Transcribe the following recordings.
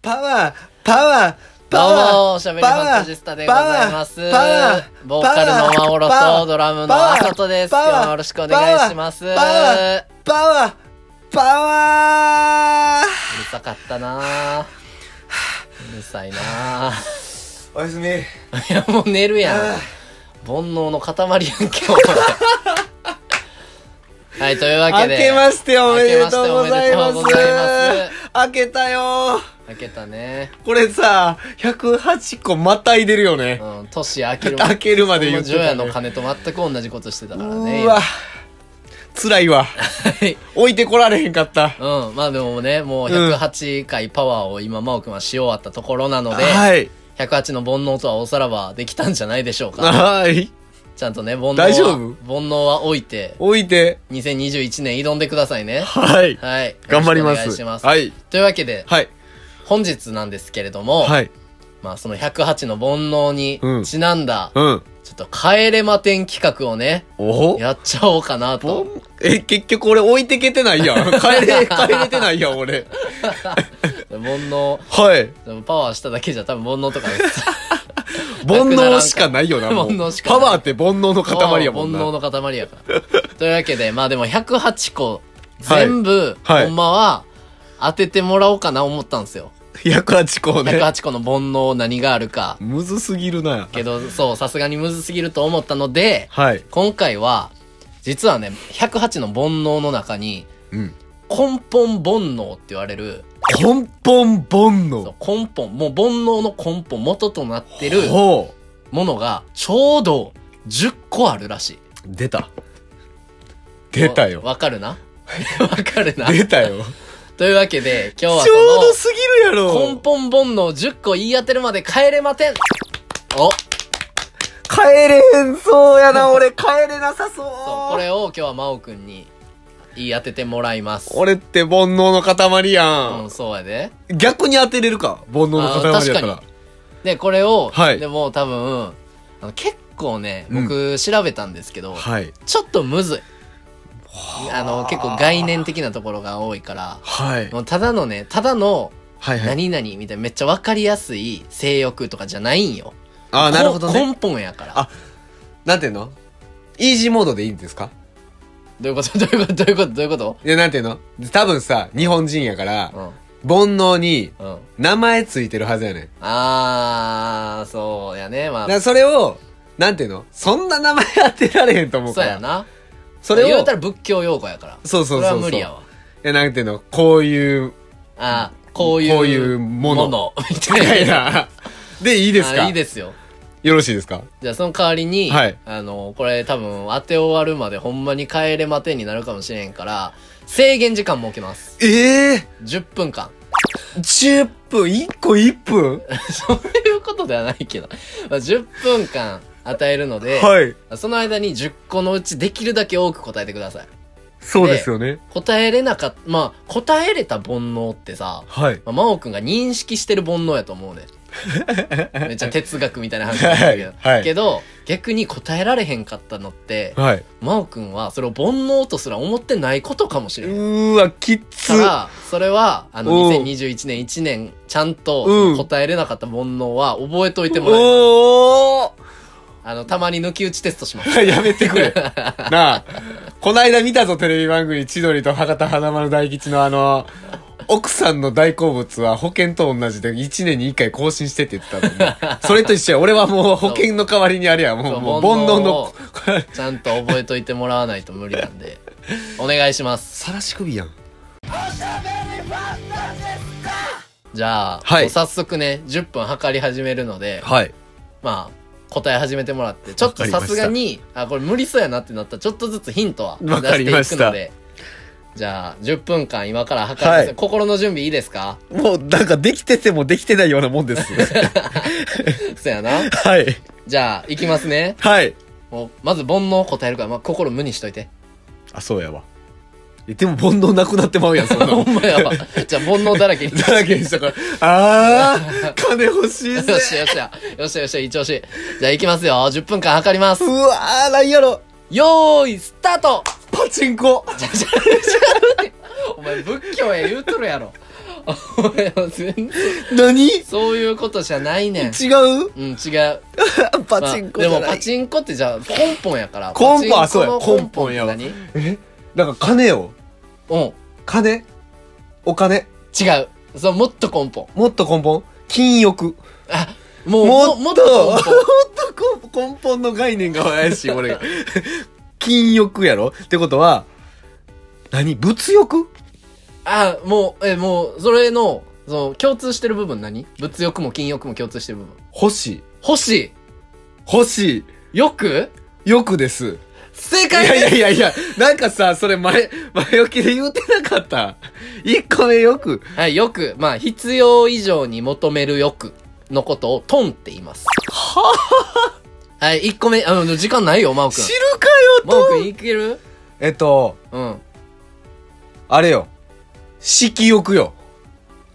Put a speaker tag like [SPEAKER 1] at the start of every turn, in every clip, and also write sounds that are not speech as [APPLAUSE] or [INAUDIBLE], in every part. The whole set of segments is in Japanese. [SPEAKER 1] パワー、パワー、パ
[SPEAKER 2] どうも
[SPEAKER 1] ワー、
[SPEAKER 2] ー、しゃべりファンタジスタでございます。
[SPEAKER 1] パワー、
[SPEAKER 2] ボーカルのマオロとドラムのあさとです。
[SPEAKER 1] パワー
[SPEAKER 2] 今日もよろしくお願いします。う
[SPEAKER 1] パワー
[SPEAKER 2] る、
[SPEAKER 1] パワー、パワー
[SPEAKER 2] さかったなーうるさいなー
[SPEAKER 1] おやすみ。
[SPEAKER 2] いや、もう寝るやん。
[SPEAKER 1] あ
[SPEAKER 2] 煩悩の塊やんけ、お前はい、というわけ
[SPEAKER 1] 明
[SPEAKER 2] で。
[SPEAKER 1] けましておめでとうございます
[SPEAKER 2] 明けましておめでとうございま。
[SPEAKER 1] 明けたよー。
[SPEAKER 2] 開けたね。
[SPEAKER 1] これさ、108個またいでるよね。
[SPEAKER 2] うん、年明ける。
[SPEAKER 1] 開けるまで言
[SPEAKER 2] この
[SPEAKER 1] って
[SPEAKER 2] ジョ
[SPEAKER 1] た、
[SPEAKER 2] ヤ
[SPEAKER 1] ね
[SPEAKER 2] の。鐘と全く同じことしてたからね。
[SPEAKER 1] うわ、辛いわ。
[SPEAKER 2] はい。
[SPEAKER 1] 置いてこられへんかった。
[SPEAKER 2] うん、まあでもね、もう108回パワーを今、真央くんはし終わったところなので、
[SPEAKER 1] はい。
[SPEAKER 2] 108の煩悩とはおさらばできたんじゃないでしょうか。
[SPEAKER 1] はい。
[SPEAKER 2] ちゃんとね、煩悩は、
[SPEAKER 1] 大丈夫
[SPEAKER 2] 煩悩は置いて、
[SPEAKER 1] 置いて。
[SPEAKER 2] 2021年挑んでくださいね。
[SPEAKER 1] はい。
[SPEAKER 2] はい。
[SPEAKER 1] [LAUGHS] 頑張りま
[SPEAKER 2] よろしくお願い
[SPEAKER 1] す。
[SPEAKER 2] します。
[SPEAKER 1] はい。
[SPEAKER 2] というわけで、
[SPEAKER 1] はい。
[SPEAKER 2] 本日なんですけれども、
[SPEAKER 1] はい。
[SPEAKER 2] まあその108の煩悩
[SPEAKER 1] うん
[SPEAKER 2] にちなんだ、
[SPEAKER 1] うん。
[SPEAKER 2] ちょっと帰れま点企画をね、
[SPEAKER 1] お
[SPEAKER 2] やっちゃおうかな
[SPEAKER 1] ぼ
[SPEAKER 2] と。
[SPEAKER 1] んえ、結局俺置いてけてないやん。
[SPEAKER 2] [LAUGHS]
[SPEAKER 1] 帰れ、帰れてないやん、俺。
[SPEAKER 2] 煩悩、
[SPEAKER 1] はい。
[SPEAKER 2] でもパワーしただけじゃ多分煩悩とか
[SPEAKER 1] 煩悩しかないよな、もう。
[SPEAKER 2] 煩悩しかな
[SPEAKER 1] パ
[SPEAKER 2] い
[SPEAKER 1] ワーって煩悩の塊やもんな。
[SPEAKER 2] 煩悩の塊やから。 [LAUGHS] というわけで、まあでも108個全部、
[SPEAKER 1] はいはい
[SPEAKER 2] ほんまは当ててもらおうかな思ったんですよ。
[SPEAKER 1] 108個ね。
[SPEAKER 2] 108個の煩悩何があるか。
[SPEAKER 1] むずすぎるな。
[SPEAKER 2] けど、そう、さすがにむずすぎると思ったので、
[SPEAKER 1] はい。
[SPEAKER 2] 今回は、実はね、108の煩悩の中に、
[SPEAKER 1] うん。
[SPEAKER 2] 根本煩悩って言われる、
[SPEAKER 1] 根本煩
[SPEAKER 2] そう
[SPEAKER 1] 悩。
[SPEAKER 2] 根本、もう煩悩の根本、元となってる
[SPEAKER 1] ほう。
[SPEAKER 2] ものが、ちょうど10個あるらしい。
[SPEAKER 1] 出た。出たよ
[SPEAKER 2] わ。わかるな [LAUGHS] わかるな
[SPEAKER 1] 出たよ。
[SPEAKER 2] というわけで、今日は
[SPEAKER 1] ちょうど
[SPEAKER 2] そ
[SPEAKER 1] すぎるや
[SPEAKER 2] の、根
[SPEAKER 1] ろ。
[SPEAKER 2] 本煩悩10個言い当てるまで帰れまてんお
[SPEAKER 1] 帰れへんそうやな、俺。帰れなさそう。
[SPEAKER 2] そう、これを今日は真央くんに言い当ててもらいます。
[SPEAKER 1] 俺って煩悩の塊や
[SPEAKER 2] うん、
[SPEAKER 1] ん。
[SPEAKER 2] そうやで。
[SPEAKER 1] 逆に当てれるか。煩悩の塊やった
[SPEAKER 2] あ
[SPEAKER 1] ら
[SPEAKER 2] 確。で、これを、
[SPEAKER 1] はい
[SPEAKER 2] でも多分、あの結構ね、
[SPEAKER 1] うん
[SPEAKER 2] 僕調べたんですけど、
[SPEAKER 1] はい。
[SPEAKER 2] ちょっとむずい。あの、結構概念的なところが多いから、
[SPEAKER 1] はい。
[SPEAKER 2] もうただのね、ただの
[SPEAKER 1] はいはい。
[SPEAKER 2] 何々みたいなめっちゃわかりやすい性欲とかじゃないんよ。
[SPEAKER 1] ああ、なるほど
[SPEAKER 2] こ
[SPEAKER 1] ね。
[SPEAKER 2] 根本やから。
[SPEAKER 1] あなんていうのイージーモードでいいんですか
[SPEAKER 2] どういうことど [LAUGHS] ういうことどういうことどういうこと
[SPEAKER 1] いや、なんていうの多分さ、日本人やから、
[SPEAKER 2] う
[SPEAKER 1] 煩悩に
[SPEAKER 2] ん。うん。
[SPEAKER 1] 名前ついてるはずやねん。だ
[SPEAKER 2] あー、そうやね。ま
[SPEAKER 1] か
[SPEAKER 2] あ、
[SPEAKER 1] らそれを、なんていうのそんな名前当てられへんと思う
[SPEAKER 2] そ
[SPEAKER 1] か
[SPEAKER 2] う
[SPEAKER 1] ら。
[SPEAKER 2] やな。
[SPEAKER 1] それを、
[SPEAKER 2] 言うたら仏教用語やから。
[SPEAKER 1] そうそうそうそう
[SPEAKER 2] れは無理やわ。
[SPEAKER 1] いや、なんていうのこういう、
[SPEAKER 2] あー、こういう。
[SPEAKER 1] こういうもの
[SPEAKER 2] み
[SPEAKER 1] みた
[SPEAKER 2] た
[SPEAKER 1] い
[SPEAKER 2] いな。 [LAUGHS]
[SPEAKER 1] な。で、いいです
[SPEAKER 2] あ
[SPEAKER 1] か
[SPEAKER 2] いいですよ。
[SPEAKER 1] よろしいですか
[SPEAKER 2] じゃあその代わりに、
[SPEAKER 1] はい
[SPEAKER 2] あの、これ多分当て終わるまでほんまに帰れまてになるかもしれんから、制限時間設けます。
[SPEAKER 1] ええ
[SPEAKER 2] 10分間。 [LAUGHS]
[SPEAKER 1] 10分 ?1 個1分
[SPEAKER 2] そういうことではないけど。まあ、10分間与えるので、
[SPEAKER 1] はい。
[SPEAKER 2] その間に10個のうちできるだけ多く答えてください。
[SPEAKER 1] そうですよね。
[SPEAKER 2] 答えれなかった、まあ、答えれた煩悩ってさ、
[SPEAKER 1] はい。
[SPEAKER 2] まあ、真央くんが認識してる煩悩やと思うね。めっちゃ哲学みたいな話だけど、
[SPEAKER 1] はいはい
[SPEAKER 2] けど、逆に答えられへんかったのって、
[SPEAKER 1] はい。
[SPEAKER 2] 真央くんはそれを煩悩とすら思ってないことかもし
[SPEAKER 1] う
[SPEAKER 2] れん。
[SPEAKER 1] ーわ、きっつ
[SPEAKER 2] か。ら、それは、あの、
[SPEAKER 1] うん
[SPEAKER 2] 2021年1年、ちゃんと
[SPEAKER 1] うん
[SPEAKER 2] 答えれなかった煩悩は覚えといてもらえます。
[SPEAKER 1] おー
[SPEAKER 2] あの、たまに抜き打ちテストします。
[SPEAKER 1] [LAUGHS] やめてくれ。なあ、こないだ見たぞ、テレビ番組、千鳥と博多華丸大吉のあの、奥さんの大好物は保険と同じで1年に1回更新してって言ってたのに。それと一緒や。俺はもう保険の代わりにあれや。も
[SPEAKER 2] そう
[SPEAKER 1] う、もう煩
[SPEAKER 2] 煩悩
[SPEAKER 1] 悩
[SPEAKER 2] を
[SPEAKER 1] の。
[SPEAKER 2] ちゃんと覚えといてもらわないと無理なんで、お願いします。
[SPEAKER 1] さらし首やん。
[SPEAKER 2] じゃあ、
[SPEAKER 1] はい
[SPEAKER 2] もう早速ね、10分測り始めるので、
[SPEAKER 1] はい。
[SPEAKER 2] まあ、答え始めてもらって、ちょっと
[SPEAKER 1] わかりま
[SPEAKER 2] さ
[SPEAKER 1] した
[SPEAKER 2] すがに、あ、これ無理そうやなってなったら、ちょっとずつヒントは出
[SPEAKER 1] わか
[SPEAKER 2] し
[SPEAKER 1] り
[SPEAKER 2] てい
[SPEAKER 1] ま
[SPEAKER 2] く
[SPEAKER 1] した
[SPEAKER 2] ので、じゃあ、10分間今から測ります、
[SPEAKER 1] はい
[SPEAKER 2] 心の準備いいですか
[SPEAKER 1] もう、なんかできててもできてないようなもん [LAUGHS] です。
[SPEAKER 2] そやな。
[SPEAKER 1] はい。
[SPEAKER 2] じゃあ、いきますね。
[SPEAKER 1] はい。
[SPEAKER 2] もうまず煩悩を答えるから、まあ、心無にしといて。
[SPEAKER 1] あ、そうやわ。えでも煩悩なくなってまうやん、そんな [LAUGHS]
[SPEAKER 2] ほ
[SPEAKER 1] の。
[SPEAKER 2] んまやわ。じゃあ、煩悩だらけに。
[SPEAKER 1] だらけにしたから。あー、金欲しいぜ
[SPEAKER 2] よ。っしゃよっしゃ。よっしゃよっしゃ、一押し。じゃあ、いきますよ。10分間測ります
[SPEAKER 1] う。わー、なんやろ。
[SPEAKER 2] よーい、スタート
[SPEAKER 1] パチンコ。
[SPEAKER 2] お前、仏教や言うとるやろ。俺は全然
[SPEAKER 1] 何違
[SPEAKER 2] そういうことじゃないねん
[SPEAKER 1] う
[SPEAKER 2] [LAUGHS] うん違う
[SPEAKER 1] パチンコじゃない、
[SPEAKER 2] まあでもパチンコってじゃあ根本やから
[SPEAKER 1] 根本はそうや
[SPEAKER 2] パチンコの根本って何
[SPEAKER 1] 根えだから金よ
[SPEAKER 2] うん
[SPEAKER 1] 金お金
[SPEAKER 2] 違うそうもっと根本
[SPEAKER 1] もっと根本金欲
[SPEAKER 2] あもう
[SPEAKER 1] もっと
[SPEAKER 2] もっと根
[SPEAKER 1] もっ
[SPEAKER 2] 本
[SPEAKER 1] と根本の概念が怪しい俺が金欲やろってことは何物欲
[SPEAKER 2] あもうえもうそれのその共通してる部分何物欲も金欲も共通してる部分
[SPEAKER 1] 欲し
[SPEAKER 2] 欲し
[SPEAKER 1] い欲し
[SPEAKER 2] い欲
[SPEAKER 1] い欲です
[SPEAKER 2] 正
[SPEAKER 1] い
[SPEAKER 2] 解
[SPEAKER 1] や
[SPEAKER 2] で
[SPEAKER 1] いやいやいやなんかさそれ前前置きで言うてなかった一個目欲
[SPEAKER 2] すはい欲まあ必要以上に求める欲のことをトンって言いますははい1個目あの時間ないよ真央くん
[SPEAKER 1] 知るかよ
[SPEAKER 2] 真央く
[SPEAKER 1] と
[SPEAKER 2] んいける
[SPEAKER 1] えっと
[SPEAKER 2] うん
[SPEAKER 1] あれよ色欲よ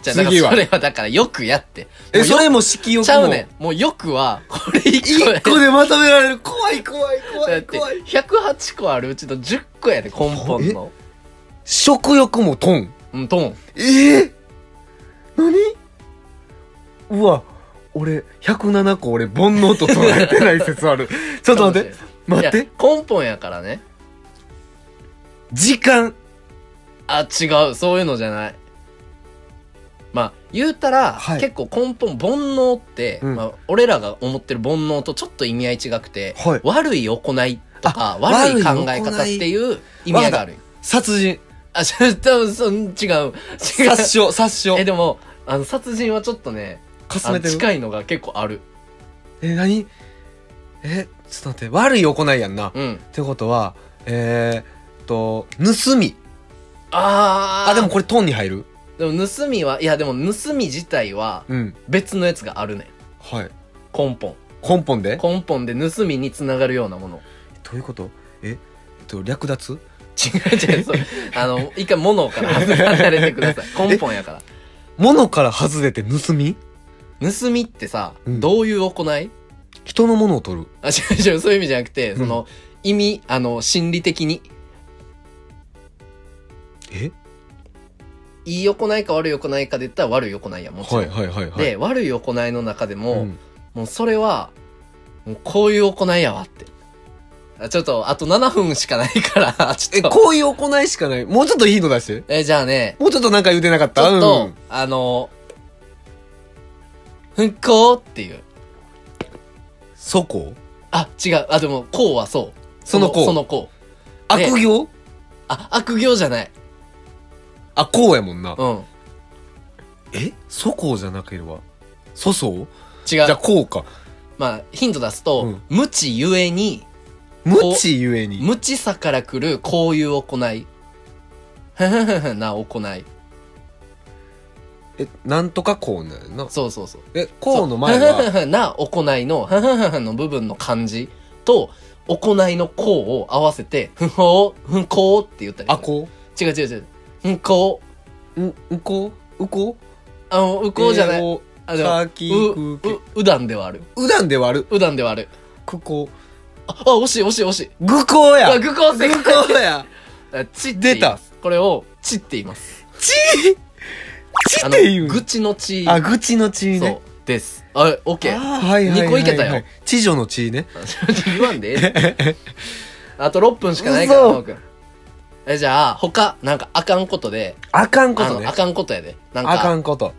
[SPEAKER 2] じゃあだか
[SPEAKER 1] 次
[SPEAKER 2] ら
[SPEAKER 1] は
[SPEAKER 2] それはだからよくやって
[SPEAKER 1] え
[SPEAKER 2] もうよ
[SPEAKER 1] それも色欲も
[SPEAKER 2] ちゃうねんもうよくはこれ1個や
[SPEAKER 1] 一個でまとめられる怖い怖い怖
[SPEAKER 2] だっ
[SPEAKER 1] い
[SPEAKER 2] て
[SPEAKER 1] 怖い
[SPEAKER 2] 108個あるうちの10個やで根本の
[SPEAKER 1] 食欲もトン
[SPEAKER 2] うんトン
[SPEAKER 1] ええ何うわ俺107個俺煩悩と唱えてない説あ [LAUGHS] るちょっと待って待っ
[SPEAKER 2] いや
[SPEAKER 1] て
[SPEAKER 2] 根本やからね
[SPEAKER 1] 時間
[SPEAKER 2] あ違うそういうのじゃないまあ言うたら、
[SPEAKER 1] はい
[SPEAKER 2] 結構根本煩悩って、
[SPEAKER 1] うん
[SPEAKER 2] まあ、俺らが思ってる煩悩とちょっと意味合い違くて、
[SPEAKER 1] はい
[SPEAKER 2] 悪い行いと
[SPEAKER 1] あ
[SPEAKER 2] か悪い考え
[SPEAKER 1] 悪い行
[SPEAKER 2] 方
[SPEAKER 1] い
[SPEAKER 2] っていう意味合いがある
[SPEAKER 1] 殺人
[SPEAKER 2] あちょっとそん違う違う
[SPEAKER 1] 殺傷殺傷
[SPEAKER 2] えでもあの殺人はちょっとね
[SPEAKER 1] かす
[SPEAKER 2] あ
[SPEAKER 1] め
[SPEAKER 2] の
[SPEAKER 1] てる
[SPEAKER 2] 近いのが結構ある
[SPEAKER 1] え何えちょっと待って悪い行いやんなっ
[SPEAKER 2] うん
[SPEAKER 1] てことはえー、っと盗み
[SPEAKER 2] あー
[SPEAKER 1] あでもこれトンに入る
[SPEAKER 2] でも盗みはいやでも盗み自体は
[SPEAKER 1] うん
[SPEAKER 2] 別のやつがあるね
[SPEAKER 1] はい
[SPEAKER 2] 根本
[SPEAKER 1] 根本で
[SPEAKER 2] 根本で盗みにつながるようなもの
[SPEAKER 1] どういうことええっと略奪
[SPEAKER 2] 違う違
[SPEAKER 1] [LAUGHS]
[SPEAKER 2] うそうあの一回物から離れてください根本やから
[SPEAKER 1] 物から外れて盗み
[SPEAKER 2] 盗みってさ、
[SPEAKER 1] うん
[SPEAKER 2] どういう行い
[SPEAKER 1] 人のものを取る
[SPEAKER 2] あ違う違うそういう意味じゃなくてその、意味あの心理的に
[SPEAKER 1] え
[SPEAKER 2] いい行いか悪い行いかで言ったら悪い行いやもちろん、
[SPEAKER 1] はいはいはいはい
[SPEAKER 2] で悪い行いの中でも、
[SPEAKER 1] うん
[SPEAKER 2] もうそれは、もうこういう行いやわって。あちょっと、あと7分しかないから、 [LAUGHS] ち
[SPEAKER 1] え、
[SPEAKER 2] ょっと。
[SPEAKER 1] こういう行いしかない。もうちょっといいの出して。
[SPEAKER 2] え、じゃあね、
[SPEAKER 1] もうちょっとなんか言うてなかっ
[SPEAKER 2] ち
[SPEAKER 1] た
[SPEAKER 2] ょっと、
[SPEAKER 1] うん
[SPEAKER 2] あの、復興っていう。
[SPEAKER 1] そこ
[SPEAKER 2] あ、違う。あ、でも、こうはそう。
[SPEAKER 1] そのこう
[SPEAKER 2] そのこう。で
[SPEAKER 1] 悪行
[SPEAKER 2] あ、悪行じゃない。
[SPEAKER 1] あ、こうやもんな。
[SPEAKER 2] うん。
[SPEAKER 1] えそこうじゃなければ。そそう
[SPEAKER 2] 違
[SPEAKER 1] じゃあ
[SPEAKER 2] う。
[SPEAKER 1] こうか。
[SPEAKER 2] まあ、ヒント出すと、
[SPEAKER 1] うん
[SPEAKER 2] 無知ゆえに、
[SPEAKER 1] 無知ゆえに。
[SPEAKER 2] 無知さから来るこういう行い。ふふふふな行い。
[SPEAKER 1] え、なんとかこうなんやな。
[SPEAKER 2] そうそうそう。
[SPEAKER 1] え、こうの前
[SPEAKER 2] [LAUGHS]
[SPEAKER 1] は、
[SPEAKER 2] そうな行いの [LAUGHS] の部分の漢字と行いのこうを合わせて不法不幸って言ったり
[SPEAKER 1] あ
[SPEAKER 2] する
[SPEAKER 1] こ
[SPEAKER 2] 違う違う違う不幸
[SPEAKER 1] ううん、うこううこう
[SPEAKER 2] あのうこうじゃない、
[SPEAKER 1] えーお
[SPEAKER 2] あの
[SPEAKER 1] かき
[SPEAKER 2] う
[SPEAKER 1] くけ
[SPEAKER 2] ううだんではある
[SPEAKER 1] うだんで割る。
[SPEAKER 2] うだんではある
[SPEAKER 1] くこ。
[SPEAKER 2] ああ惜しい惜しい惜しいう
[SPEAKER 1] ぐこうや
[SPEAKER 2] あ愚行正
[SPEAKER 1] ぐ
[SPEAKER 2] 解
[SPEAKER 1] こうや
[SPEAKER 2] あちって言いますこれを [LAUGHS] ちって言います
[SPEAKER 1] ちちって言う
[SPEAKER 2] あの愚痴のち
[SPEAKER 1] あ、愚痴のち
[SPEAKER 2] そ
[SPEAKER 1] ね
[SPEAKER 2] う。ですあオッケー
[SPEAKER 1] あーはいはいはいはい。
[SPEAKER 2] 二個いけたよ。
[SPEAKER 1] 知女のちね。
[SPEAKER 2] [LAUGHS] 言わんでええあと6分しかないから
[SPEAKER 1] 嘘
[SPEAKER 2] 真央君えじゃあ他なんかあかんことで
[SPEAKER 1] あかんこ
[SPEAKER 2] あ
[SPEAKER 1] と
[SPEAKER 2] の
[SPEAKER 1] ね
[SPEAKER 2] あ。かんことやでなん
[SPEAKER 1] あか
[SPEAKER 2] か
[SPEAKER 1] んこと。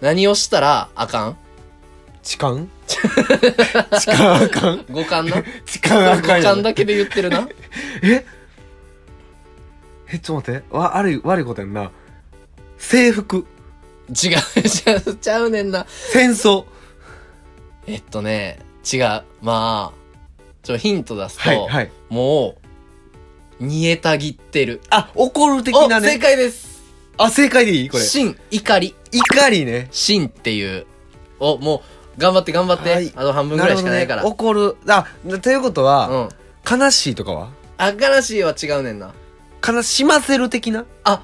[SPEAKER 2] 何をしたらあかん
[SPEAKER 1] 痴
[SPEAKER 2] [LAUGHS]
[SPEAKER 1] 漢痴漢あかん。
[SPEAKER 2] 五感な
[SPEAKER 1] 痴漢 [LAUGHS] あ
[SPEAKER 2] 五
[SPEAKER 1] かんよ
[SPEAKER 2] 感だけで言ってるな
[SPEAKER 1] え、ちょっと待って。わ、悪い、悪いことやんな。制服、
[SPEAKER 2] 違うちゃうちゃうねんな
[SPEAKER 1] 戦争。
[SPEAKER 2] えっとね違うまあちょヒント出すと、
[SPEAKER 1] はい、はい。
[SPEAKER 2] もう煮えたぎってる
[SPEAKER 1] あ、怒る的
[SPEAKER 2] お
[SPEAKER 1] な
[SPEAKER 2] 正
[SPEAKER 1] ね。
[SPEAKER 2] 解です
[SPEAKER 1] あ、正解でいいこれ。
[SPEAKER 2] 真怒り
[SPEAKER 1] 怒りね。
[SPEAKER 2] 真っていうおもう頑張って頑張って、
[SPEAKER 1] はい
[SPEAKER 2] あと半分ぐらいしかないか
[SPEAKER 1] な
[SPEAKER 2] ら、
[SPEAKER 1] るほどね怒る。あ、なということは、
[SPEAKER 2] うん
[SPEAKER 1] 悲しいとかは
[SPEAKER 2] あからしいは違うねんな
[SPEAKER 1] 悲しませる的な
[SPEAKER 2] あ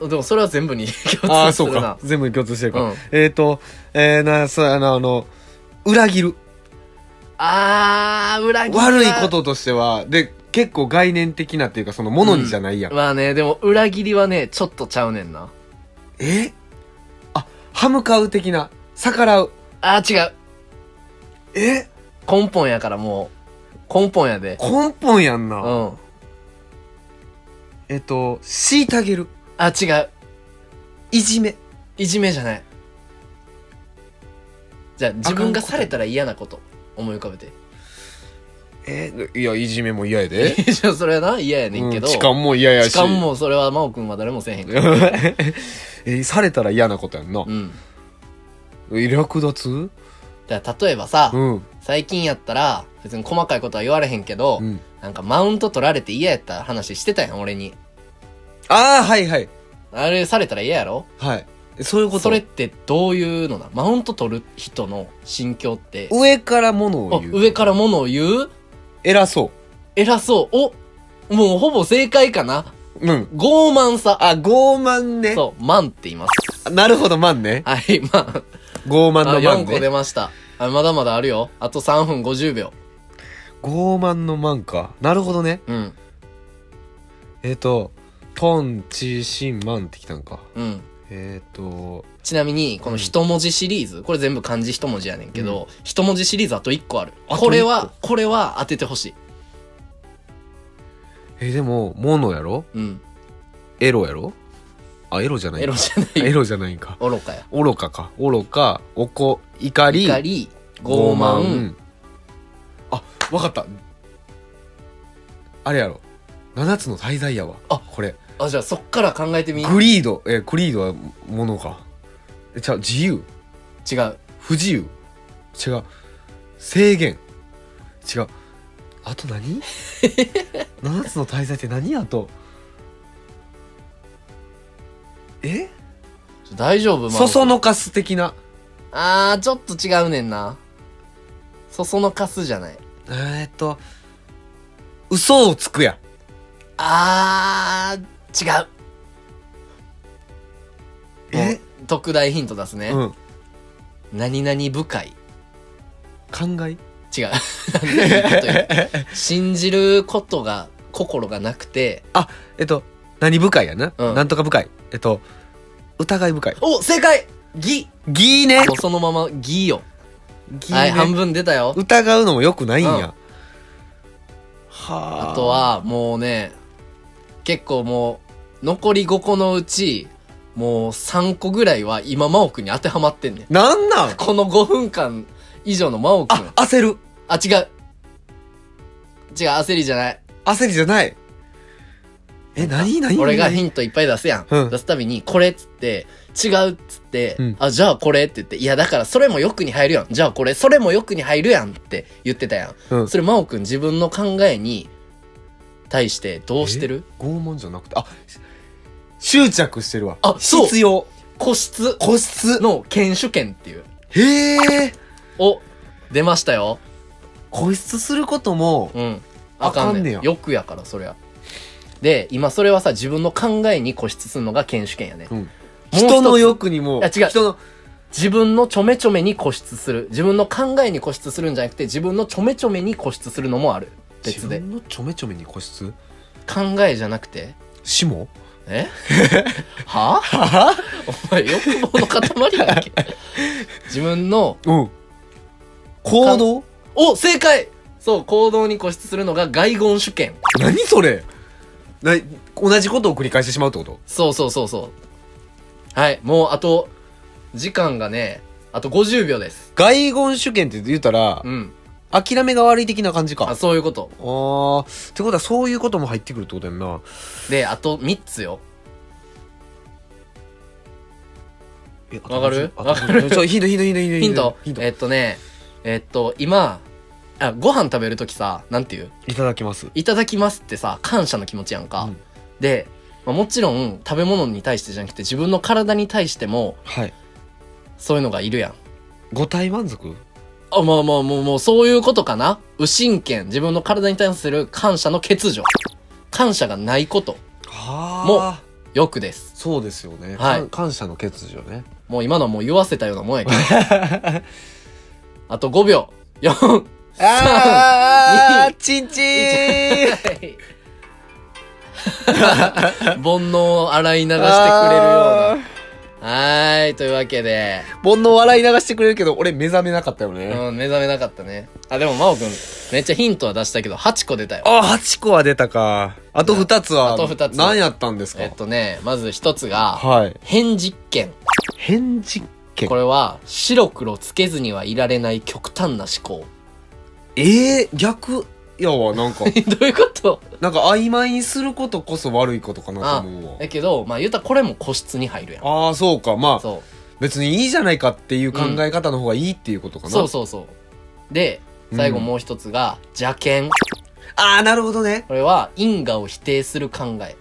[SPEAKER 2] でもそれは全部に [LAUGHS] 共通するな
[SPEAKER 1] [LAUGHS] ああ、そうか。全部に共通してるか。
[SPEAKER 2] うん
[SPEAKER 1] えっ、ー、と、えー、な、そうやな、あの、裏切る。
[SPEAKER 2] あー裏切りは
[SPEAKER 1] 悪いこととしては、で、結構概念的なっていうか、その、ものにじゃないやん。
[SPEAKER 2] まあねでも裏切りはねちょっとちゃうねんな
[SPEAKER 1] えあ、歯向かう的な。逆らう。
[SPEAKER 2] あー違う。
[SPEAKER 1] え
[SPEAKER 2] 根本やからもう。根本やで。
[SPEAKER 1] 根本やん
[SPEAKER 2] う
[SPEAKER 1] な。
[SPEAKER 2] ん。あ
[SPEAKER 1] えっと、虐げる。
[SPEAKER 2] 違う。
[SPEAKER 1] いじめ。
[SPEAKER 2] いじめじゃない。じゃあ自分がされたら嫌なこと思い浮かべて。
[SPEAKER 1] えいや、いじめも嫌や
[SPEAKER 2] [LAUGHS]
[SPEAKER 1] で。
[SPEAKER 2] じゃあそれはな嫌やねんけど。
[SPEAKER 1] うん痴漢も嫌やし。
[SPEAKER 2] 痴漢。もそれは真央くんは誰もせえへんから。
[SPEAKER 1] [LAUGHS] え、されたら嫌なことやんな
[SPEAKER 2] う。ん。
[SPEAKER 1] え略奪
[SPEAKER 2] だから例えばさ、
[SPEAKER 1] うん。
[SPEAKER 2] 最近やったら別に細かいことは言われへんけど、
[SPEAKER 1] うん。
[SPEAKER 2] なんかマウント取られて嫌やった話してたやん俺に。
[SPEAKER 1] ああ、はいはい。
[SPEAKER 2] あれされたら嫌やろ
[SPEAKER 1] はい。えそういうこと。
[SPEAKER 2] それってどういうのなマウント取る人の心境って、
[SPEAKER 1] 上から物を
[SPEAKER 2] あ
[SPEAKER 1] 言う。
[SPEAKER 2] 上から物を言う
[SPEAKER 1] 偉そ
[SPEAKER 2] 偉そう。おもうほぼ正解かな
[SPEAKER 1] う。うん。
[SPEAKER 2] 傲慢さ。
[SPEAKER 1] あ、傲慢ね。
[SPEAKER 2] そう、慢って言います。
[SPEAKER 1] なるほど、慢ね。
[SPEAKER 2] はい、ま
[SPEAKER 1] 傲慢
[SPEAKER 2] あ、あ
[SPEAKER 1] の
[SPEAKER 2] 4
[SPEAKER 1] 慢
[SPEAKER 2] 個出
[SPEAKER 1] ね。
[SPEAKER 2] ました。あまだまだあるよ。あと3分50秒。
[SPEAKER 1] 傲慢の慢か。なるほどね。
[SPEAKER 2] うん、
[SPEAKER 1] えっ、と、トン、チ、シン、マンってきたんか。
[SPEAKER 2] うん。
[SPEAKER 1] えっ、と、
[SPEAKER 2] ちなみに、この一文字シリーズ、これ全部漢字一文字やねんけど、一文字シリーズあと1個ある。
[SPEAKER 1] あと一個
[SPEAKER 2] これは、これは当ててほしい。
[SPEAKER 1] えーでも、物やろ
[SPEAKER 2] うん。
[SPEAKER 1] エロやろあ、エロじゃない
[SPEAKER 2] エロじゃない。
[SPEAKER 1] エロじゃないんか。
[SPEAKER 2] 愚かや。
[SPEAKER 1] [LAUGHS] 愚かか。愚か、おこ、怒り、
[SPEAKER 2] 怒り、傲慢、。
[SPEAKER 1] あ、わかった。あれやろ。七つの大罪やわ。
[SPEAKER 2] あ
[SPEAKER 1] これ。
[SPEAKER 2] あ、じゃあそっから考えてみ。違う。
[SPEAKER 1] グリード、えークリードはものか。え、ちゃう、自由。不自由違う制限違うあと
[SPEAKER 2] [LAUGHS]
[SPEAKER 1] 何七つの大罪って何あとえ
[SPEAKER 2] 大丈夫、
[SPEAKER 1] そ
[SPEAKER 2] ま
[SPEAKER 1] そのかす的な
[SPEAKER 2] あ、あー、ちょっと違うねんな。そそのかすじゃない。
[SPEAKER 1] えー、っと嘘をつくや
[SPEAKER 2] あー、違う。
[SPEAKER 1] え
[SPEAKER 2] 特大ヒント出すね。
[SPEAKER 1] うん
[SPEAKER 2] 何々深い。
[SPEAKER 1] 考え
[SPEAKER 2] 違う。なんていうことよ信じることが、心がなくて。
[SPEAKER 1] えっと何深いやな、
[SPEAKER 2] うん
[SPEAKER 1] なんとか深いえっと疑い深い
[SPEAKER 2] お正解義
[SPEAKER 1] ギーね
[SPEAKER 2] もうそのまま義よ。
[SPEAKER 1] ギーね
[SPEAKER 2] はい、半分出たよ。
[SPEAKER 1] 疑うのもよくないんや、
[SPEAKER 2] うん
[SPEAKER 1] はあ
[SPEAKER 2] あとは、もうね、結構もう、残り5個のうち、もう3個ぐらいは今、真央くんに当てはまってんねん。
[SPEAKER 1] なんなん
[SPEAKER 2] この5分間以上の真央くん
[SPEAKER 1] あ。焦る
[SPEAKER 2] あ、違う。違う、焦りじゃない。
[SPEAKER 1] 焦りじゃない。え、何何
[SPEAKER 2] 俺がヒ
[SPEAKER 1] ン
[SPEAKER 2] ントいっぱい出すやん。
[SPEAKER 1] うん
[SPEAKER 2] 出すたびに、これっつって、違うっつって、
[SPEAKER 1] うん
[SPEAKER 2] あ、じゃあこれって言って、いやだからそれもよくに入るやん。じゃあこれ、それもよくに入るやんって言ってたやん。
[SPEAKER 1] うん
[SPEAKER 2] それ、真央くん自分の考えに対してどうしてる
[SPEAKER 1] 拷問じゃなくて、あ、し執着してるわ。
[SPEAKER 2] あそう
[SPEAKER 1] 必要。
[SPEAKER 2] 個室
[SPEAKER 1] 個室。
[SPEAKER 2] の犬種犬っていう。
[SPEAKER 1] へえ。
[SPEAKER 2] お、出ましたよ。
[SPEAKER 1] 個室することも、
[SPEAKER 2] うん。
[SPEAKER 1] あ
[SPEAKER 2] あかん
[SPEAKER 1] あかんね
[SPEAKER 2] ね
[SPEAKER 1] や
[SPEAKER 2] ん。よくやから、そりゃ。で、今それはさ、自分の考えに固執するのが犬種犬やね。
[SPEAKER 1] うん
[SPEAKER 2] もう一つ
[SPEAKER 1] 人の欲にも、
[SPEAKER 2] いや違う
[SPEAKER 1] 人の、
[SPEAKER 2] 自分のちょめちょめに固執する。自分の考えに固執するんじゃなくて、自分のちょめちょめに固執するのもある。別で
[SPEAKER 1] 自。分のちょめちょめに個室
[SPEAKER 2] 考えじゃなくて、
[SPEAKER 1] 死も
[SPEAKER 2] [LAUGHS] えはぁお前欲望の塊だっけ自分の、
[SPEAKER 1] うん。行動
[SPEAKER 2] お正解そう、行動に固執するのが外言主権。
[SPEAKER 1] 何それな同じことを繰り返してしまうってこと
[SPEAKER 2] そうそうそうそう。はい、もうあと、時間がね、あと50秒です。
[SPEAKER 1] 外言主権って言ったら
[SPEAKER 2] う、ん。
[SPEAKER 1] 諦めが悪い的な感じか。
[SPEAKER 2] あ、
[SPEAKER 1] あ
[SPEAKER 2] そういうこと。
[SPEAKER 1] あー。ってことはそういうことも入ってくるってことやんな。
[SPEAKER 2] で、あと3つよ。
[SPEAKER 1] えあと
[SPEAKER 2] わかる
[SPEAKER 1] あとちょちょヒントヒントヒントヒント
[SPEAKER 2] ヒント
[SPEAKER 1] ヒント
[SPEAKER 2] えっとね、えっと、今、あ、ご飯食べるときさ、なんていう
[SPEAKER 1] いただきます
[SPEAKER 2] いただきますってさ、感謝の気持ちやんか。
[SPEAKER 1] うん
[SPEAKER 2] で、まあ、もちろん食べ物に対してじゃなくて自分の体に対しても
[SPEAKER 1] はい
[SPEAKER 2] そういうのがいるやん。
[SPEAKER 1] 五体満足
[SPEAKER 2] あ、まあまあ、もう、もう、そういうことかな右心権。自分の体に対する感謝の欠如。感謝がないこと。
[SPEAKER 1] はあもう
[SPEAKER 2] よくです。
[SPEAKER 1] そうですよね、
[SPEAKER 2] はい
[SPEAKER 1] 感感謝の欠如ね
[SPEAKER 2] もう今のはもう言わせたようなもんやけど。
[SPEAKER 1] [LAUGHS]
[SPEAKER 2] あと5秒。4。
[SPEAKER 1] あ
[SPEAKER 2] あ
[SPEAKER 1] あチンチン
[SPEAKER 2] 煩悩を洗い流してくれるような
[SPEAKER 1] あー
[SPEAKER 2] はーい、というわけで、
[SPEAKER 1] 煩悩笑い流してくれるけど、俺目覚めなかったよね。
[SPEAKER 2] うん、目覚めなかったね。あ、でも、真央くん、めっちゃヒントは出したけど、8個出たよ。
[SPEAKER 1] あ、8個は出たか。あと2つは、
[SPEAKER 2] あと二つ
[SPEAKER 1] 何やったんですか、
[SPEAKER 2] えっとね、まず一つが、
[SPEAKER 1] はい。
[SPEAKER 2] 変実験。
[SPEAKER 1] 変実験
[SPEAKER 2] これは、白黒つけずにはいられない極端な思考。 [LAUGHS]
[SPEAKER 1] えー、逆やわ、なん [LAUGHS] か。
[SPEAKER 2] えどういうこと
[SPEAKER 1] なんか曖昧にすることこそ悪いことかな
[SPEAKER 2] あ
[SPEAKER 1] と思うわ。
[SPEAKER 2] だけど、まあ言うたらこれも個室に入るやん。
[SPEAKER 1] ああ、そうか。まあ、
[SPEAKER 2] そ
[SPEAKER 1] 別にいいじゃないかっていう考え方の方がいいっていうことか
[SPEAKER 2] う。
[SPEAKER 1] な。
[SPEAKER 2] そうそうそう。で、最後もう一つが、邪剣。
[SPEAKER 1] ああ、なるほどね。
[SPEAKER 2] これは、因果を否定する考え。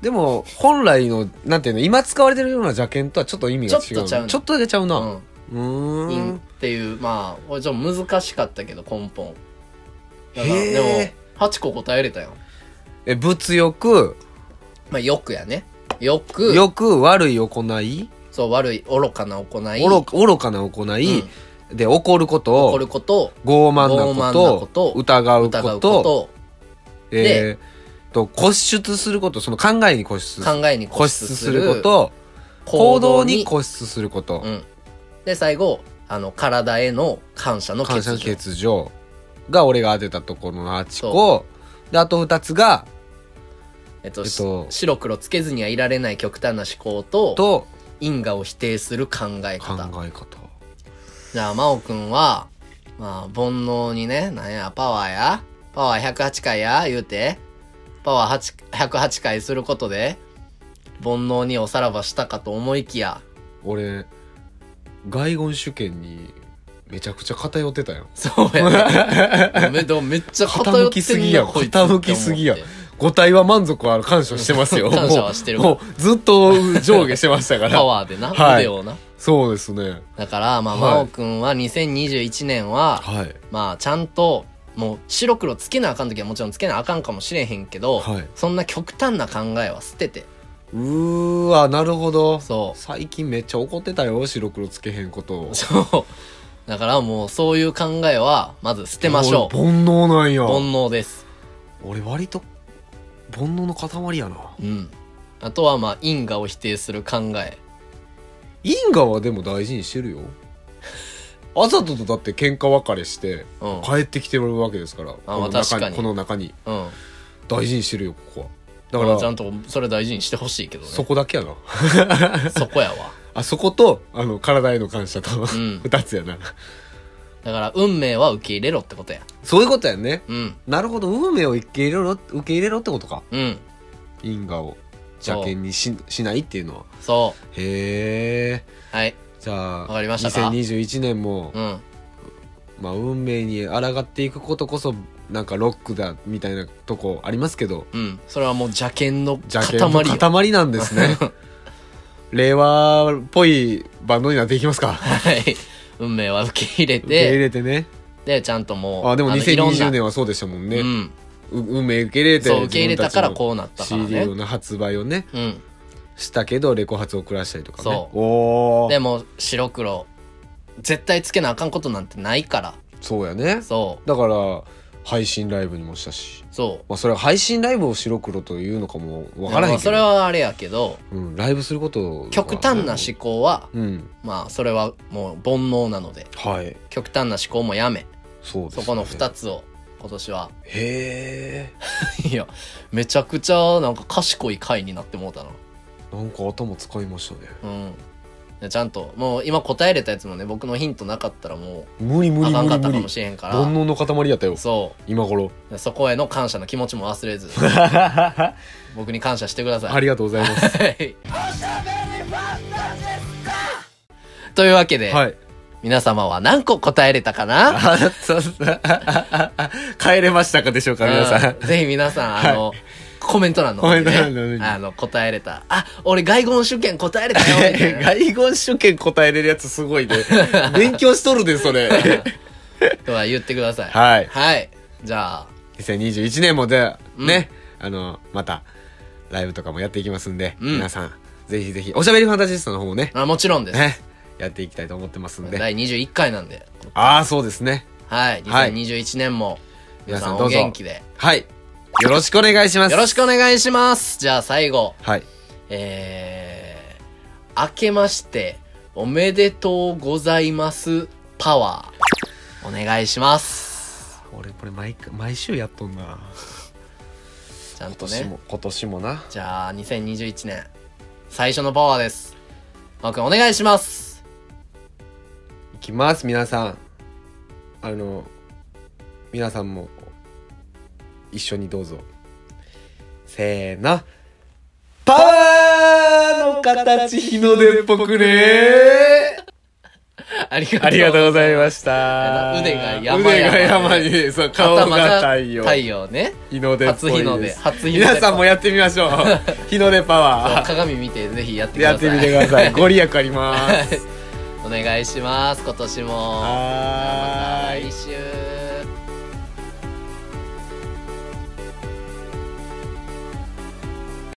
[SPEAKER 1] でも、本来の、なんていうの、今使われてるような邪剣とはちょっと意味が違う。
[SPEAKER 2] ちょっとちゃうな
[SPEAKER 1] ちょっとだけちゃう
[SPEAKER 2] う
[SPEAKER 1] な。
[SPEAKER 2] ん。
[SPEAKER 1] うーん。
[SPEAKER 2] 因っていう、まあ、これちょっと難しかったけど、根本。だから、
[SPEAKER 1] へー
[SPEAKER 2] でも、8個答えれたよ。
[SPEAKER 1] え、物欲、
[SPEAKER 2] まあ、欲やね。欲。
[SPEAKER 1] 欲、悪い行い、
[SPEAKER 2] そう、悪い、愚かな行い。
[SPEAKER 1] 愚か愚かな行い、で、怒るこ
[SPEAKER 2] 怒
[SPEAKER 1] と
[SPEAKER 2] る、こと、
[SPEAKER 1] 傲慢な
[SPEAKER 2] 傲慢
[SPEAKER 1] こ
[SPEAKER 2] な
[SPEAKER 1] と、
[SPEAKER 2] こと
[SPEAKER 1] 疑う
[SPEAKER 2] 疑
[SPEAKER 1] こ、
[SPEAKER 2] うことと、
[SPEAKER 1] えー、と、固執すること、その考えに固執する。
[SPEAKER 2] 考えに
[SPEAKER 1] 固
[SPEAKER 2] 固
[SPEAKER 1] 執
[SPEAKER 2] 執
[SPEAKER 1] す
[SPEAKER 2] す
[SPEAKER 1] る
[SPEAKER 2] る
[SPEAKER 1] こ、と、行動に
[SPEAKER 2] 固
[SPEAKER 1] 固執すること、
[SPEAKER 2] うん。で、最後、あの、体への感謝の
[SPEAKER 1] 感
[SPEAKER 2] 欠
[SPEAKER 1] 謝の
[SPEAKER 2] 如。
[SPEAKER 1] 欠如が俺が当てたところの8個、で、あと2つが、
[SPEAKER 2] えっと、
[SPEAKER 1] えっ
[SPEAKER 2] し
[SPEAKER 1] と
[SPEAKER 2] 白黒つけずにはいられない極端な思考と、
[SPEAKER 1] と、
[SPEAKER 2] 因果を否定する考え
[SPEAKER 1] 考
[SPEAKER 2] 方。
[SPEAKER 1] え方。
[SPEAKER 2] じゃあ、真央くんは、まあ、煩悩にね、なんや、パワーや、パワー108回や、言うて、パワー8 108回することで、煩悩におさらばしたかと思いきや、
[SPEAKER 1] 俺、外言主権にめちゃくちゃ偏って
[SPEAKER 2] [LAUGHS]
[SPEAKER 1] たよ。
[SPEAKER 2] そ
[SPEAKER 1] [LAUGHS]
[SPEAKER 2] うやね。めでもめっちゃ偏
[SPEAKER 1] 傾
[SPEAKER 2] って
[SPEAKER 1] き
[SPEAKER 2] ん
[SPEAKER 1] すぎ
[SPEAKER 2] な
[SPEAKER 1] や
[SPEAKER 2] こいつって思っ
[SPEAKER 1] 傾
[SPEAKER 2] て
[SPEAKER 1] きすぎや五体は満足は感謝してますよ。
[SPEAKER 2] [LAUGHS] 感謝はしてる
[SPEAKER 1] もうもうずっと上下してましたか
[SPEAKER 2] [LAUGHS] パ
[SPEAKER 1] ら。
[SPEAKER 2] ワーでな、
[SPEAKER 1] はい
[SPEAKER 2] 腕をな。
[SPEAKER 1] そうですね。
[SPEAKER 2] だから、まあ、
[SPEAKER 1] はい
[SPEAKER 2] 真央くんは2021年は、
[SPEAKER 1] はい。
[SPEAKER 2] まあ、ちゃんと、もう白黒つけなあかん時はもちろんつけなあかんかもしれへんけど、
[SPEAKER 1] はい
[SPEAKER 2] そんな極端な考えは捨てて、
[SPEAKER 1] うーわ、なるほど。
[SPEAKER 2] そ
[SPEAKER 1] 最近めっちゃ怒ってたよ。白黒つけへんことを
[SPEAKER 2] う。。そう。だからもうそういう考えは、まず捨てましょう。
[SPEAKER 1] 俺煩悩なんや。
[SPEAKER 2] 煩悩です。
[SPEAKER 1] 俺割と、煩悩の塊やな。
[SPEAKER 2] うん。あとは、まあ、因果を否定する考え。
[SPEAKER 1] 因果はでも大事にしてる
[SPEAKER 2] [LAUGHS]
[SPEAKER 1] よ。あざととだって喧嘩別れして、
[SPEAKER 2] うん。
[SPEAKER 1] 帰ってきてるわけですから。
[SPEAKER 2] あ
[SPEAKER 1] この
[SPEAKER 2] まあ確
[SPEAKER 1] 中
[SPEAKER 2] かに
[SPEAKER 1] に。この中に。
[SPEAKER 2] うん。
[SPEAKER 1] 大事にしてるよ、ここは。だ
[SPEAKER 2] だ
[SPEAKER 1] か
[SPEAKER 2] から、ちゃ
[SPEAKER 1] ら、
[SPEAKER 2] んとそれ大事にしてほしいけどね。
[SPEAKER 1] そ
[SPEAKER 2] そ
[SPEAKER 1] こだけやな。
[SPEAKER 2] こやわ。
[SPEAKER 1] あそこと、あの、体への感謝と、
[SPEAKER 2] ん
[SPEAKER 1] 二つやな。
[SPEAKER 2] だから、運命は受け入れろってことや。
[SPEAKER 1] そういうことやね。
[SPEAKER 2] うん。
[SPEAKER 1] なるほど、運命を受け入れろ、受け入れろってことか。
[SPEAKER 2] うん。
[SPEAKER 1] 因果を
[SPEAKER 2] そう
[SPEAKER 1] 邪険にししないっていうのは。
[SPEAKER 2] そ
[SPEAKER 1] へえ。
[SPEAKER 2] う。はい。
[SPEAKER 1] じゃあ、
[SPEAKER 2] わかりましたか
[SPEAKER 1] 2021年も、
[SPEAKER 2] うん。
[SPEAKER 1] まあ、運命に抗っていくことこそ、なんかロックだ、みたいなとこありますけど、
[SPEAKER 2] うん。それはもう邪剣の
[SPEAKER 1] 邪
[SPEAKER 2] 塊
[SPEAKER 1] 険の
[SPEAKER 2] よ。
[SPEAKER 1] 塊なんです
[SPEAKER 2] [LAUGHS]
[SPEAKER 1] ね。令和っぽいバンドになっていきますか。
[SPEAKER 2] はい。運命は受け入れ
[SPEAKER 1] 受け入
[SPEAKER 2] て、
[SPEAKER 1] れてね。
[SPEAKER 2] で、ちゃんともう。
[SPEAKER 1] あ、でも
[SPEAKER 2] のいろんな
[SPEAKER 1] 2020年はそうでしたもんね
[SPEAKER 2] う。ん。
[SPEAKER 1] う運命受け入れて、
[SPEAKER 2] そう、受け入れたから
[SPEAKER 1] 自分ちの
[SPEAKER 2] こうなったから
[SPEAKER 1] CD
[SPEAKER 2] ね。
[SPEAKER 1] の発売をね
[SPEAKER 2] うん。
[SPEAKER 1] したけどレコ発を暮らしたりとかね
[SPEAKER 2] そう
[SPEAKER 1] お
[SPEAKER 2] で
[SPEAKER 1] お
[SPEAKER 2] も、白黒、絶対つけなあかんことなんてないから。
[SPEAKER 1] そうやね
[SPEAKER 2] そう。
[SPEAKER 1] だから配信ライブにもしたし、
[SPEAKER 2] そ
[SPEAKER 1] まあ、それは配信ライブを白黒というのかも
[SPEAKER 2] う。
[SPEAKER 1] わからへんけど
[SPEAKER 2] まあそれはあれやけど、
[SPEAKER 1] うん、ライブすることが
[SPEAKER 2] 極端な思考は、
[SPEAKER 1] うん
[SPEAKER 2] まあ、それはもう煩悩なので、
[SPEAKER 1] はい
[SPEAKER 2] 極端な思考もやめ、
[SPEAKER 1] そうです、
[SPEAKER 2] そこの二
[SPEAKER 1] つ
[SPEAKER 2] つを、今年は。 [LAUGHS]
[SPEAKER 1] へえ
[SPEAKER 2] いや、めちゃくちゃ、なんか賢い回になってもうたな。
[SPEAKER 1] なんか頭使いましたね
[SPEAKER 2] うんで。ちゃんと、もう今答えれたやつもね、僕のヒントなかったらも
[SPEAKER 1] 無理
[SPEAKER 2] う、
[SPEAKER 1] 無
[SPEAKER 2] あ
[SPEAKER 1] 理
[SPEAKER 2] かん
[SPEAKER 1] 無
[SPEAKER 2] か
[SPEAKER 1] 理
[SPEAKER 2] ったか
[SPEAKER 1] 無
[SPEAKER 2] も
[SPEAKER 1] 理
[SPEAKER 2] しれへんから、
[SPEAKER 1] 煩悩の塊やったよ
[SPEAKER 2] そ
[SPEAKER 1] 今
[SPEAKER 2] [LAUGHS]
[SPEAKER 1] 頃
[SPEAKER 2] う。そこへの感謝の気持ちも忘
[SPEAKER 1] [LAUGHS]
[SPEAKER 2] れず、
[SPEAKER 1] あ
[SPEAKER 2] 僕に感謝してください。
[SPEAKER 1] りがとうございます
[SPEAKER 2] はいというわけで、
[SPEAKER 1] はい
[SPEAKER 2] 皆様は何個答えれたかな
[SPEAKER 1] あそうそう帰れましたかでしょうか皆さん
[SPEAKER 2] うんぜひ皆さん、あの、コメント欄の方で、
[SPEAKER 1] コメント欄の方に
[SPEAKER 2] あの、答えれた。あ、俺外言主権答えれたよみたいな。
[SPEAKER 1] [LAUGHS] 外言主権答えれるやつすごい [LAUGHS] ね。勉強しとるで、そ [LAUGHS] れ。
[SPEAKER 2] とは言ってください。
[SPEAKER 1] はい
[SPEAKER 2] はい。じゃあ、
[SPEAKER 1] 2021年もで、
[SPEAKER 2] うん
[SPEAKER 1] ね、あの、また、ライブとかもやっていきますんで、
[SPEAKER 2] うん
[SPEAKER 1] 皆さん、ぜひぜひ、おしゃべりファンタジスタの方もね、
[SPEAKER 2] あもちろんです。
[SPEAKER 1] ね、やっていきたいと思ってますんで。
[SPEAKER 2] 第21回なんで、
[SPEAKER 1] ああ、そうですね。
[SPEAKER 2] はい、
[SPEAKER 1] はい
[SPEAKER 2] 2021年も皆
[SPEAKER 1] 皆
[SPEAKER 2] さん
[SPEAKER 1] さんど
[SPEAKER 2] お
[SPEAKER 1] うぞ
[SPEAKER 2] 元気で
[SPEAKER 1] はい。よろしくお願いします。
[SPEAKER 2] よろし
[SPEAKER 1] く。
[SPEAKER 2] くお願いします。じゃあ最後、
[SPEAKER 1] はい。
[SPEAKER 2] えー明けまして、おめでとうございます、パワー。お願いします。
[SPEAKER 1] 俺これ毎回毎週やっとんな
[SPEAKER 2] ちゃん
[SPEAKER 1] 今
[SPEAKER 2] と
[SPEAKER 1] 年
[SPEAKER 2] ね。
[SPEAKER 1] も今年もな
[SPEAKER 2] じゃあ、2021年、最初のパワーです。まおくん、お願いします。
[SPEAKER 1] いきます皆さんあの皆さんも一緒にどうぞせーのパワーの形日の出っぽくね
[SPEAKER 2] ありがとう。
[SPEAKER 1] ありがとうございま
[SPEAKER 2] し
[SPEAKER 1] した
[SPEAKER 2] 腕が山々
[SPEAKER 1] 腕が山にそう顔が太陽
[SPEAKER 2] 太陽ね。
[SPEAKER 1] 日の出っぽいです
[SPEAKER 2] 初日の出初日の出
[SPEAKER 1] 皆さんもやってみましょう日の出パワー
[SPEAKER 2] 鏡見て、ぜひやってくだ
[SPEAKER 1] や
[SPEAKER 2] さ
[SPEAKER 1] って
[SPEAKER 2] い。
[SPEAKER 1] みてくださいご利益あります
[SPEAKER 2] お願いします、今年も。
[SPEAKER 1] はーい
[SPEAKER 2] また来週。